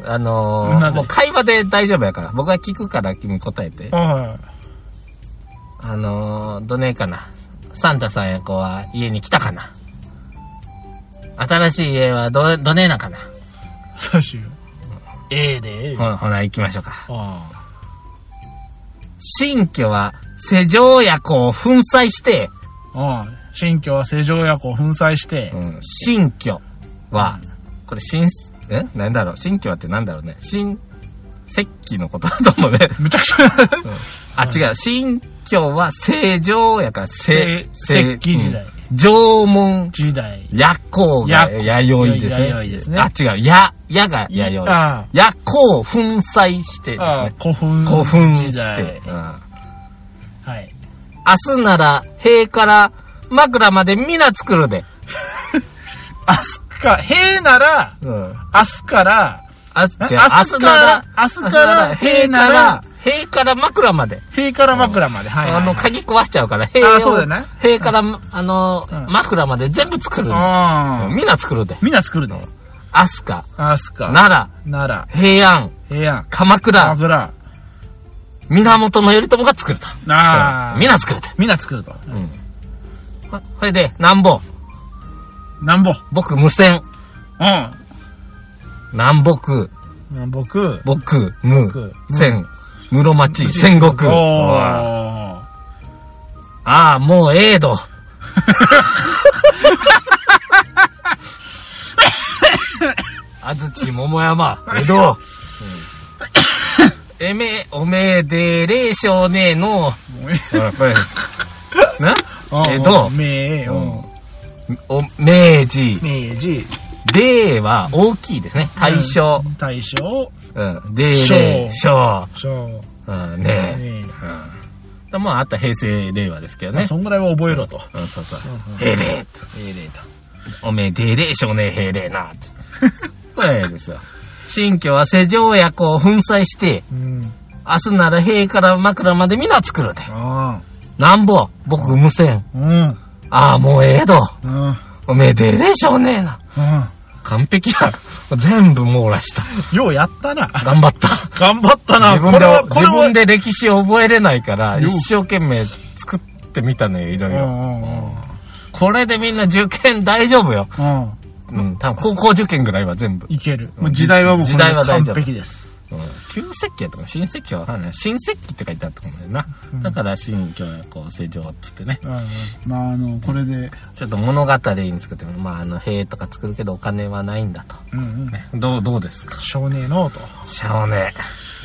S1: あの
S2: な
S1: ー、
S2: ぜ
S1: もう会話で大丈夫やから。僕が聞くから君答えて。
S2: はい。
S1: あのー、どねえかな。サンタさんや子は家に来たかな。新しい家はど、どねえなかな。
S2: そうしよう。ええでええ
S1: ほ、ほな、行きましょうか。
S2: あ
S1: 新居は、世情や子を粉砕して、
S2: あ。新居は正常夜行を粉砕して、
S1: うん、新居は、これ新、えなんだろう新居はってなんだろうね新、石器のことだと思うね。
S2: むちゃくちゃ、
S1: あ、違う。新居は正常やから、せ
S2: せ石器時代。
S1: うん縄文、
S2: 時代。
S1: 夜行が
S2: 夜
S1: 弥生ですね。
S2: 弥生ですね
S1: あ、違う。や、やが弥生。
S2: あ
S1: 夜行粉砕してです
S2: あああ
S1: ね。
S2: 古墳。
S1: 古墳
S2: 時
S1: し
S2: 代
S1: て。うん
S2: はい。
S1: 明日なら、塀から枕まで皆作るで。
S2: アスカ、兵なら、
S1: うん。
S2: 明日から、
S1: あ、
S2: え
S1: 違う。
S2: 明日から
S1: 明
S2: 明日から
S1: 塀
S2: 塀
S1: か
S2: からら、
S1: 塀から枕まで。
S2: 兵から枕まで。はいはい
S1: あ
S2: は
S1: の、
S2: い。
S1: 鍵壊しちゃうから、塀
S2: あ
S1: を
S2: そうだね
S1: 塀から、あの
S2: う、ん
S1: 枕まで全部作るんで。
S2: ああ。
S1: みんな作るで。
S2: みんな作るの。
S1: 飛鳥、
S2: 飛鳥、
S1: 奈
S2: 奈
S1: 良、平安、
S2: 良、平安、
S1: 鎌倉、
S2: 枕、
S1: 源頼朝が作ると。
S2: あー、
S1: 皆作ると。
S2: みんな作ると。
S1: うん。ほほいで、南北、
S2: 南北。
S1: 僕無線、
S2: うん。
S1: 南北、
S2: 南北、
S1: 僕、無
S2: 僕、
S1: 線、室町、戦
S2: お
S1: 国。あ
S2: ー。
S1: あ、もうええど。安土桃山、江戸。うんえめ、おめえでれい少年の、な江戸
S2: 明、うん
S1: お、明治、
S2: 明治、
S1: では大きいですね。大正。
S2: 大正、
S1: うん。で、れ、小。
S2: 昭、
S1: うん、ねえ。
S2: 明
S1: うん。まあ、あった平成、令和ですけどね
S2: そ。んぐらいは覚えろと。
S1: うん、そうそう。平礼と。
S2: ええと。
S1: おめでれ、少年平礼な、って。これですよ。新居は世条約を粉砕して、
S2: うん。
S1: 明日なら兵から枕まで皆作るで。
S2: あ
S1: なんぼ、僕無線。
S2: あ。うん。
S1: ああ、もうええど。
S2: うん。
S1: おめでれ、少年な。完璧や。全部網羅した。
S2: ようやったな。
S1: 頑張った。
S2: 頑張ったな。
S1: 自分
S2: これ
S1: で
S2: は、、これ
S1: 自
S2: は。
S1: 分で歴史を覚えれないから、
S2: よ
S1: 一生懸命作ってみたのよ、いろいろ。
S2: うん。
S1: これでみんな受験大丈夫よ。
S2: うん。
S1: うん、多分高校受験ぐらいは全部。
S2: いける。もう時代はもうこ
S1: 時
S2: れ
S1: 代は
S2: で
S1: 大丈
S2: 完
S1: 夫
S2: 璧です。
S1: うん、旧石器やとか新石器はわかんない。新石器って書いてあったと思うんだよな。だから新教やこう、成長っつってね。
S2: うん。まあ、あの、これで、
S1: ちょっと物語に作っても、まあ、あの、兵とか作るけどお金はないんだと。
S2: うんうん。
S1: どう、どうですか
S2: 少年のと。
S1: 少年。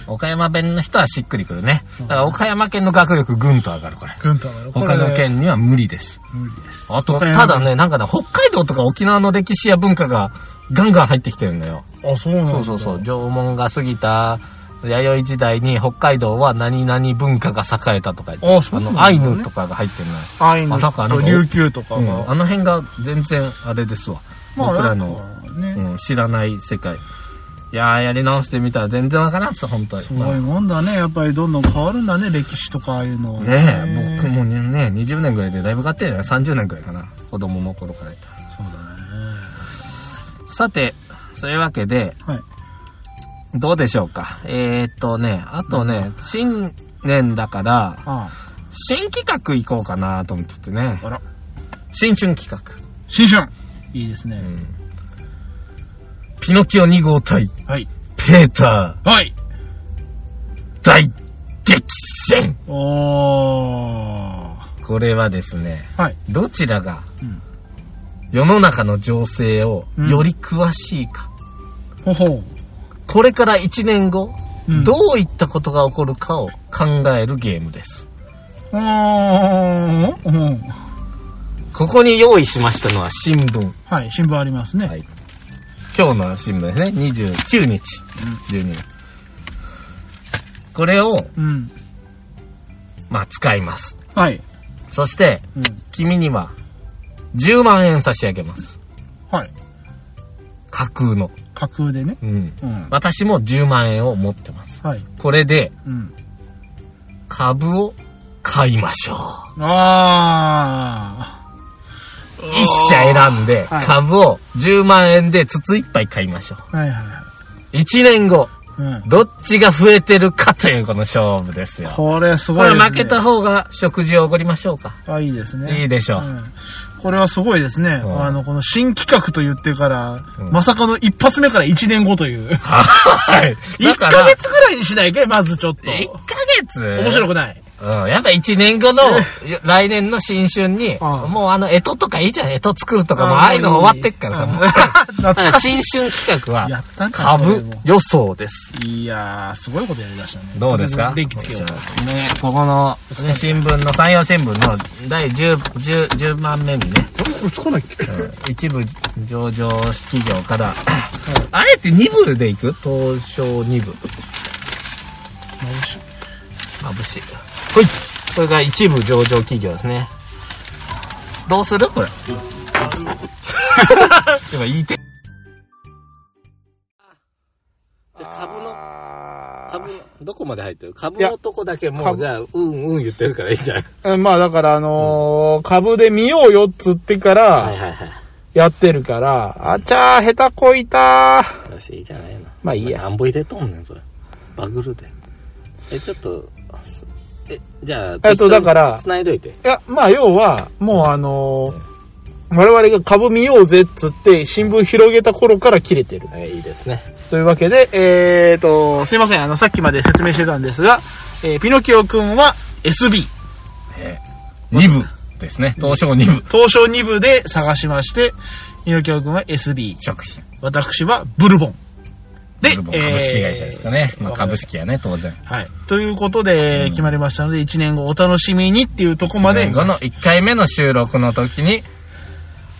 S1: 岡山弁の人はしっくりくるね。だから岡山県の学力ぐんと上がる、これ。
S2: 軍とは
S1: 他の。県には無理です。
S2: これ無理です。
S1: あと、
S2: 岡山
S1: ただね、なんかね、北海道とか沖縄の歴史や文化がガンガン入ってきてるのよ。
S2: あ、そうなんだ。
S1: そうそうそう。縄文が過ぎた弥生時代に北海道は何々文化が栄えたとか言って
S2: あそう
S1: あ
S2: なんだ
S1: の、アイヌとかが入ってるのよ。
S2: アイヌ
S1: あだからなん
S2: と
S1: か
S2: 琉球とか
S1: うん
S2: が。
S1: あの辺が全然あれですわ。
S2: まあ
S1: 僕らの、
S2: なんかね。
S1: うん、知らない世界。いやー、やり直してみたら全然わからんっす、本当に。
S2: すごいもんだね。やっぱりどんどん変わるんだね、歴史とかああいうのは
S1: ねえ、僕。もね、20年ぐらいでだいぶ買ってるよね。30年ぐらいかな。子供の頃からやったら
S2: そうだね。
S1: さて、そういうわけで、
S2: はい。
S1: どうでしょうか。えー、っとね、あとね、新年だから、
S2: あ
S1: 新企画行こうかなと思っててね
S2: あ。。あら。
S1: 新春企画。
S2: 新春いいですね。
S1: うん。ピノキオ2号対、
S2: はい。
S1: ペータ
S2: はい。
S1: ー大激戦
S2: おー。
S1: これはですね、
S2: はい。
S1: どちらが
S2: うん、
S1: 世の中の情勢を
S2: うん
S1: より詳しいか、
S2: ほほ
S1: これから1年後、
S2: うん
S1: どういったことが起こるかを考えるゲームです。
S2: う。うーん。うん
S1: ここに用意しましたのは新聞。
S2: はい。新聞ありますね。
S1: はい今日の新聞ですね。29日。12日。これを、
S2: うん。
S1: まあ、使います。
S2: はい。
S1: そして、
S2: うん。
S1: 君には、10万円差し上げます。
S2: はい。
S1: 架空の。
S2: 架空でね。
S1: うん。
S2: うん。
S1: 私も10万円を持ってます。
S2: はい。
S1: これで、
S2: うん。
S1: 株を買いましょう。
S2: あー。
S1: 一社選んで、
S2: はい
S1: 株を10万円で筒いっぱい買いましょ
S2: はいはいは
S1: う。1年後、
S2: い。うん。
S1: どっちが増えてるかというこの勝負ですよ。
S2: これす
S1: こ
S2: ごい
S1: れ
S2: ですね。
S1: 負けた方が食事をおごりましょうか。
S2: あ、いいですね。
S1: いいでしょう。
S2: うんこれはすごいですね。
S1: ん
S2: あの、この新企画と言ってから、
S1: うん
S2: まさかの一発目から1年後という。
S1: はい。
S2: 1
S1: だ
S2: ヶ
S1: から、
S2: 月ぐらいにしないかいまずちょっと。
S1: 1ヶ月
S2: 面白くない。
S1: うん、やっぱ1年後の、来年の新春に、
S2: ああ
S1: もうあの、干支とかいいじゃん。干支作るとかも、ああいうのも終わってっからさ、
S2: うん
S1: もう。
S2: 懐
S1: だから
S2: かし
S1: 新春企画
S2: い。や
S1: は、
S2: ったんかそれ
S1: 株
S2: も
S1: 予想です。
S2: いやー、すごいことやりましたね。
S1: どうですか
S2: 電気つけよう
S1: じゃ。あね、ここの、ね、新聞の、山陽新聞の第 10, 10, 10番目にね、
S2: これつかないっけ
S1: 一部上場企業から、あれって2部でいく東証2部。眩しい。ほいこれが一部上場企業ですね。どうするこ れ。でも言いて。じゃあ株の、株の、どこまで入ってる株
S2: いや
S1: のとこだけもう、
S2: 株
S1: じゃあ、うんうん言ってるからいいんじゃない
S2: まあだからあのー株で見ようよっつってから、
S1: はいはいはい。
S2: やってるから、あちゃー、下手こいたー。
S3: よし、いいじゃないの。
S2: まあいいや
S3: なんぼ入れとんねん、それ。バグるで。え、ちょっと、すえ、じゃあ、
S2: えっとだから
S3: 繋いどいて。
S2: いや、まあ要は、もうあのー我々が株見ようぜっつって、新聞広げた頃から切れてる。
S3: え、いいですね。
S2: というわけで、えーと、すいません、あの、さっきまで説明してたんですが、えーピノキオくんは SB、
S1: えー、2部ですね。東証2部。
S2: 東証2部で探しまして、ピノキオくんは SB、
S1: 職種。
S2: 私はブルボン。で、
S1: ブルボン株式会社ですかね。
S2: えー
S1: まあ株式やね、当然。
S2: はい。ということで、決まりましたので、1年後お楽しみにっていうとこまで、
S1: この1回目の収録の時に、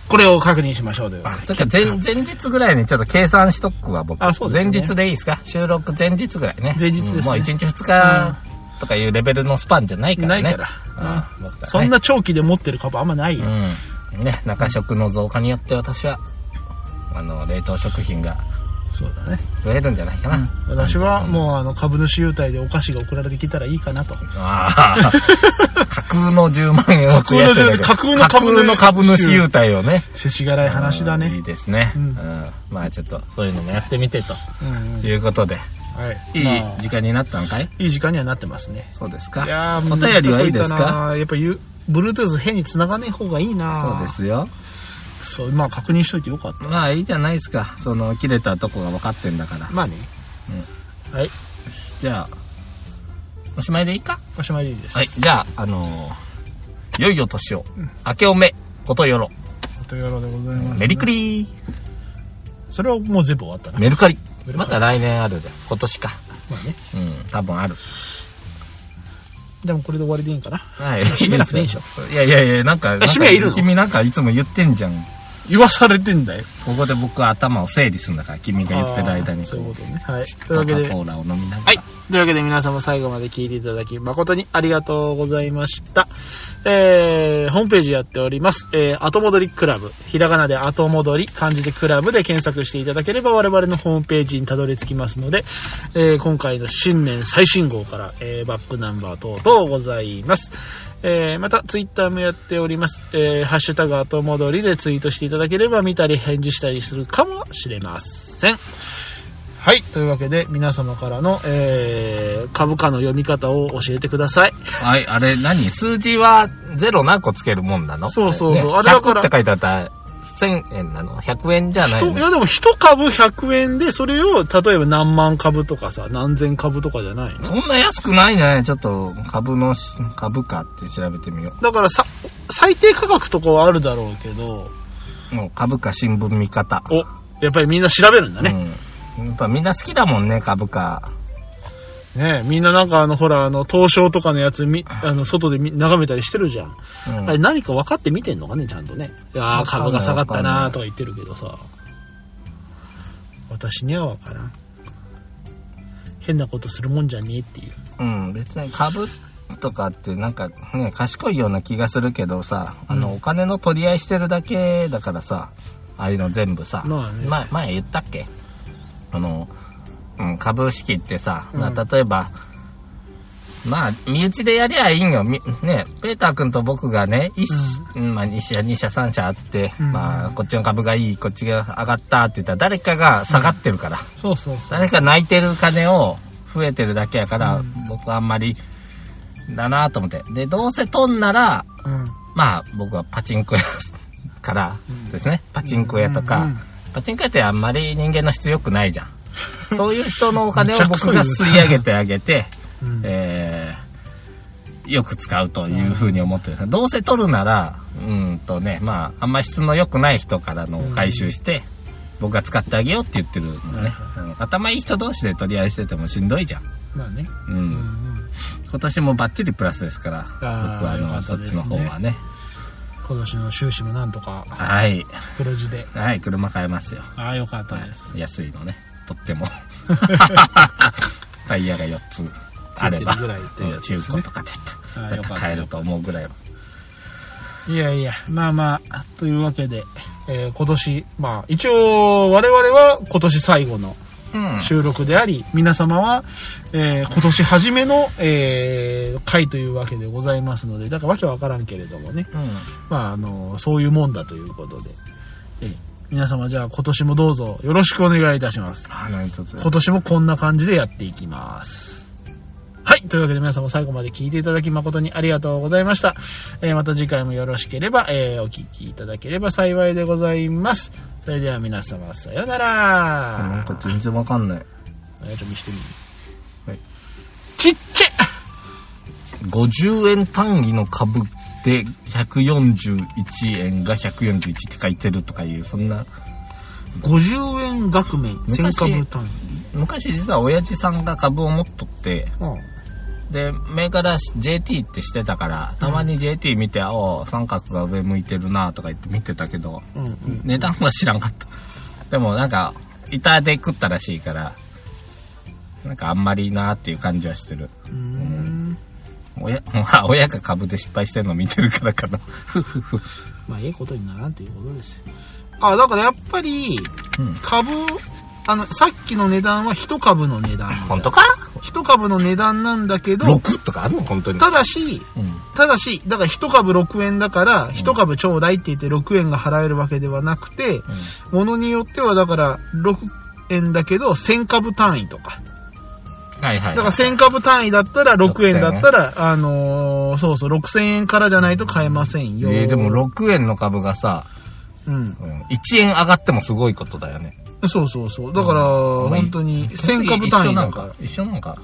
S2: これを確認しましょうという。
S1: それから前前日ぐらいにちょっと計算しとくわ、僕。
S2: あそうですね
S1: 前日でいいですか収録前日ぐらいね。
S2: 前日ですね
S1: うんもう1日2日とかいうレベルのスパンじゃないからね。
S2: ないから
S1: うん僕らね
S2: そんな長期で持ってる株あんまないよ。
S1: うん。ね、中食の増加によって私は、あの、冷凍食品が
S2: そうだね。
S1: 増えるんじゃないかな。
S2: 私はもうあの株主優待でお菓子が送られてきたらいいかなと。
S1: ああ、 架空の10万円を費やしてる
S2: 架空の10
S1: 架
S2: 万架空の
S1: 空
S2: 株
S1: の株
S2: 主
S1: 主優待をね。
S2: せしがらい話だ
S1: うんい
S2: ね。
S1: いですね。う
S2: うん
S1: ん。まあちょっと、そういうのもやってみてと
S2: うんうん
S1: いうことで、
S2: はい。
S1: いい
S2: まあ
S1: 時間になったのかい
S2: いい時間にはなってますね。
S1: そうですか。
S2: いやー
S1: お便りはいいですか
S2: やっぱ言う、Bluetooth 変に繋がねえ方がいいな
S1: そうで。すよ。
S2: そう、まあ確認しといてよかった。
S1: まあいいじゃないですか。その、切れたとこが分かってんだから。
S2: まあね。はい。
S1: じゃあ、おしまいでいいか
S2: おしまいでいいです。
S1: はい、じゃあ、あのー、良いお年を、明けおめ、ことよろ、
S2: お手柄でございます。
S1: メリクリ
S2: それはもう全部終わったな。
S1: メルカリ。
S2: メルカリ
S1: また来年あるで、今年か。
S2: まあね。
S1: うん、多分ある。
S2: でもこれで終わりでいいかな。
S1: はい、
S2: 締めなくていいでしょ
S1: すよいやいやいや、なんか、なんか
S2: 締めはいるの
S1: 君なんかいつも言ってんじゃん。
S2: 言わされてんだよ。
S1: ここで僕は頭を整理するんだから、君が言ってる間
S2: あー
S1: に。
S2: そういうことね。はい。という
S1: コ
S2: わけで。
S1: カ・コーラを飲みながら。
S2: はい。というわけで皆様最後まで聞いていただき誠にありがとうございました。えー、ホームページやっております。えー、後戻りクラブ。ひらがなで後戻り、漢字でクラブで検索していただければ我々のホームページにたどり着きますので、えー、今回の新年最新号から、えー、バックナンバー等々ございます。えー、また、ツイッターもやっております。えー、ハッシュタグ後戻りでツイートしていただければ見たり返事したりするかもしれません。はい。というわけで、皆様からの、えー、株価の読み方を教えてください。
S1: はい、あれ何数字はゼロ何個つけるもんなの
S2: そうそうそう
S1: あ
S2: あ
S1: れだ
S2: れだ
S1: か。
S2: か
S1: 100
S2: らら
S1: って書いてあったら、1000円なの ?100 円じゃない
S2: と
S1: の
S2: いや、でも、一株100円で、それを、例えば何万株とかさ、何千株とかじゃないの
S1: そんな安くないね。ちょっと、株のし、株価って調べてみよ
S2: だからさ、最低価格とかはあるだろうけど、
S1: う。もう株価新聞見方。
S2: お、やっぱりみんな調べるんだね。
S1: うん。やっぱみんな好きだもんね、株価。
S2: ねみんななんかあの、ほら、あの、東証とかのやつ、み、あの、外でみ眺めたりしてるじゃん。
S1: うん
S2: あれ何か分かって見てんのかね、ちゃんとね。いやー株が下がったなーとか言ってるけどさ。私には分からん。変なことするもんじゃねえっていう。
S1: うん、別に株とかってなんかね、賢いような気がするけどさ、あの、お金の取り合いしてるだけだからさ、ああいうの全部さ、
S2: まあね
S1: 前、前言ったっけあの、うん、株式ってさ、
S2: うん
S1: まあ例えば、まあ、身内でやりゃいいんよ。みね、ペーター君と僕がね、一社、うんまあ、2社、2社、3社あって、
S2: うん
S1: まあ、こっちの株がいい、こっちが上がったって言ったら、誰かが下がってるから。
S2: そうそうそ
S1: 誰か泣いてる金を増えてるだけやから、僕はあんまりだなと思ってでどうせ取んなら
S2: うん。
S1: まあ僕はパチンコ屋からですね、パチンコ屋とか、
S2: うんうん
S1: パチンコ屋ってあんまり人間の質良くないじゃん そういう人のお金を僕が
S2: めちゃく
S1: 吸
S2: そ言
S1: いう
S2: な
S1: 上げてあげて、
S2: うん
S1: えーよく使うというふうに思ってる、どうせ取るならうんとねまああんま質の良くない人からのを回収して、僕が使ってあげようって言ってるのね、うん頭いい人同士で取り合いしててもしんどいじゃん、
S2: まあね。
S1: うん
S2: うん
S1: 今年もバッチリプラスですから僕
S2: ー
S1: はあ
S2: よか
S1: の
S2: った
S1: そっ
S2: で
S1: ち
S2: す
S1: の
S2: ね
S1: 方はね
S2: 今年の収支もなんとか
S1: はい
S2: 黒字で。
S1: はい車買えますよ
S2: ああ、よかったです。
S1: 安いのねとってもタイヤが4つあれば
S2: ついてるぐらいっていうやつ
S1: 中
S2: ですね
S1: 古とかで
S2: あー
S1: だ
S2: よ
S1: っ
S2: か
S1: た
S2: っ
S1: ら
S2: た
S1: 買えると思うぐらいはい
S2: やいや、まあまあ、というわけで、えー今年、まあ、一応、我々は今年最後の
S1: うん
S2: 収録であり、皆様は、えー今年初めの、えー回というわけでございますので、だからわけわからんけれどもね、
S1: うん
S2: まあ、あの、そういうもんだということで、
S1: うん
S2: 皆様じゃあ今年もどうぞよろしくお願いいたします。
S1: あなんとつ
S2: 今年もこんな感じでやっていきます。はい。というわけで皆様最後まで聞いていただき誠にありがとうございました。えーまた次回もよろしければ、えーお聞きいただければ幸いでございます。それでは皆様さようなら。
S1: なんか全然わかんない。
S2: あやちょっと見してみる。
S1: はい
S2: ちっちゃい
S1: 50円単位の株で141円が141って書いてるとかいう、そんな、
S2: !50 円額面、
S1: 昔
S2: 1000株単位。
S1: 昔実は親父さんが株を持っとって、
S2: うん
S1: で、銘柄 JT ってしてたから、たまに JT 見て、あお三角が上向いてるなとか言って見てたけど、
S2: うんうん。
S1: 値段は知らんかった。でもなんか、板で食ったらしいから、なんかあんまりなーっていう感じはしてる。
S2: うーん。
S1: 親、ま あ親が株で失敗してるの見てるからかな。ふふふ。
S2: まあ、ええことにならんということですよ。あ、だからやっぱり、
S1: うん
S2: 株、あの、さっきの値段は一株の値段。
S1: 本当か
S2: 一株の値段なんだけど、
S1: ?6 とかあるの本当に。
S2: ただし、
S1: うん。
S2: ただし、だから一株6円だから、一株ちょうだいって言って6円が払えるわけではなくて、ものによってはだから6円だけど1000株単位とか。
S1: はいはい。
S2: だから1000株単位だったら6
S1: 6
S2: 円だったら、あのーそうそう、6000円からじゃないと買えませんよ。
S1: えーでも6円の株がさ、
S2: うん。
S1: うん、1円上がってもすごいことだよね。
S2: そうそうそう。だから、
S1: うん
S2: 本当に1000株単位
S1: な
S2: だ
S1: ん
S2: から。だ
S1: か。一緒なんか。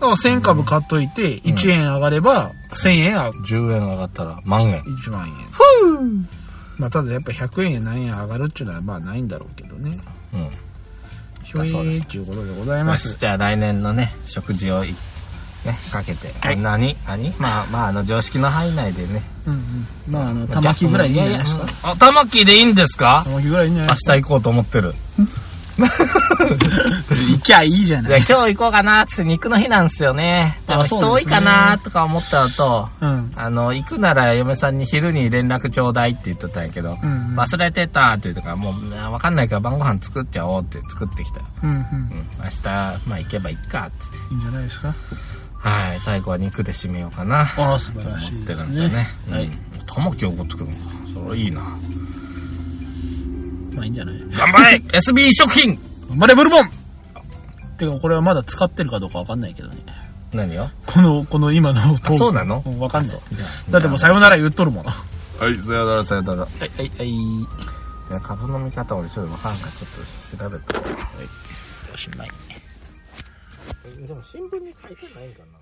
S2: から1000株買っといて、1円上がれば1000円上が
S1: 10円上がったら万円。
S2: 1万円。まあ、ただやっぱ100円や何円上がるっていうのはまあないんだろうけどね。
S1: うん。
S2: ひょい
S1: そうです
S2: ーっていうことでござい
S1: ま
S2: ま
S1: あ
S2: す。
S1: じゃあ来年のね、食事をい、ね、かけて。
S2: はい
S1: みんなに、何まあまあ、あの、常識の範囲内でね。
S2: うんうん。まあ、あの、玉木ぐらいいいんじゃないですか
S1: や。やうんあ、玉木でいいんですか
S2: 玉木ぐらいいいんじゃない
S1: 明日行こうと思ってる。
S2: 行きゃいいじゃ
S1: いや、
S2: ない。
S1: 今日行こうかなーっつって肉の日なんですよね。
S2: あ
S1: やっぱ人
S2: そう
S1: 多
S2: で
S1: い
S2: すね
S1: かなーとか思ったのと、
S2: うん。
S1: あの、行くなら嫁さんに昼に連絡ちょうだいって言ってたんやけど、
S2: うん
S1: 忘れてたって言うとから、もう、わかんないから晩ご飯作っちゃおうって作ってきたよ。
S2: うんう。
S1: うんん。明日、まあ行けばいいかってって。
S2: いいんじゃないですか。
S1: はい、最後は肉で締めようかな。
S2: ああ、素
S1: と
S2: 晴
S1: 思
S2: ら
S1: っ
S2: しい
S1: て
S2: で
S1: る
S2: す
S1: んですよね
S2: ね。。
S1: はい。玉木怒ってくるのか。それいいな。
S2: まあいいんじゃない
S1: 頑張れ !SB 食品
S2: 頑張れ、ブルボンてか、これはまだ使ってるかどうかわかんないけどね。
S1: 何よ
S2: この、この今のトー
S1: あ、
S2: ク
S1: そうなの
S2: うんわかんない。
S1: じゃあ
S2: だってもうさよなら言っとるもん。は
S1: はい、さよなら、さよなら。
S2: い、はい、はい。
S1: いや株の見方俺ちょっとわかんないちょっと調べて
S2: おしまい。
S1: でも新聞に書いてないんかな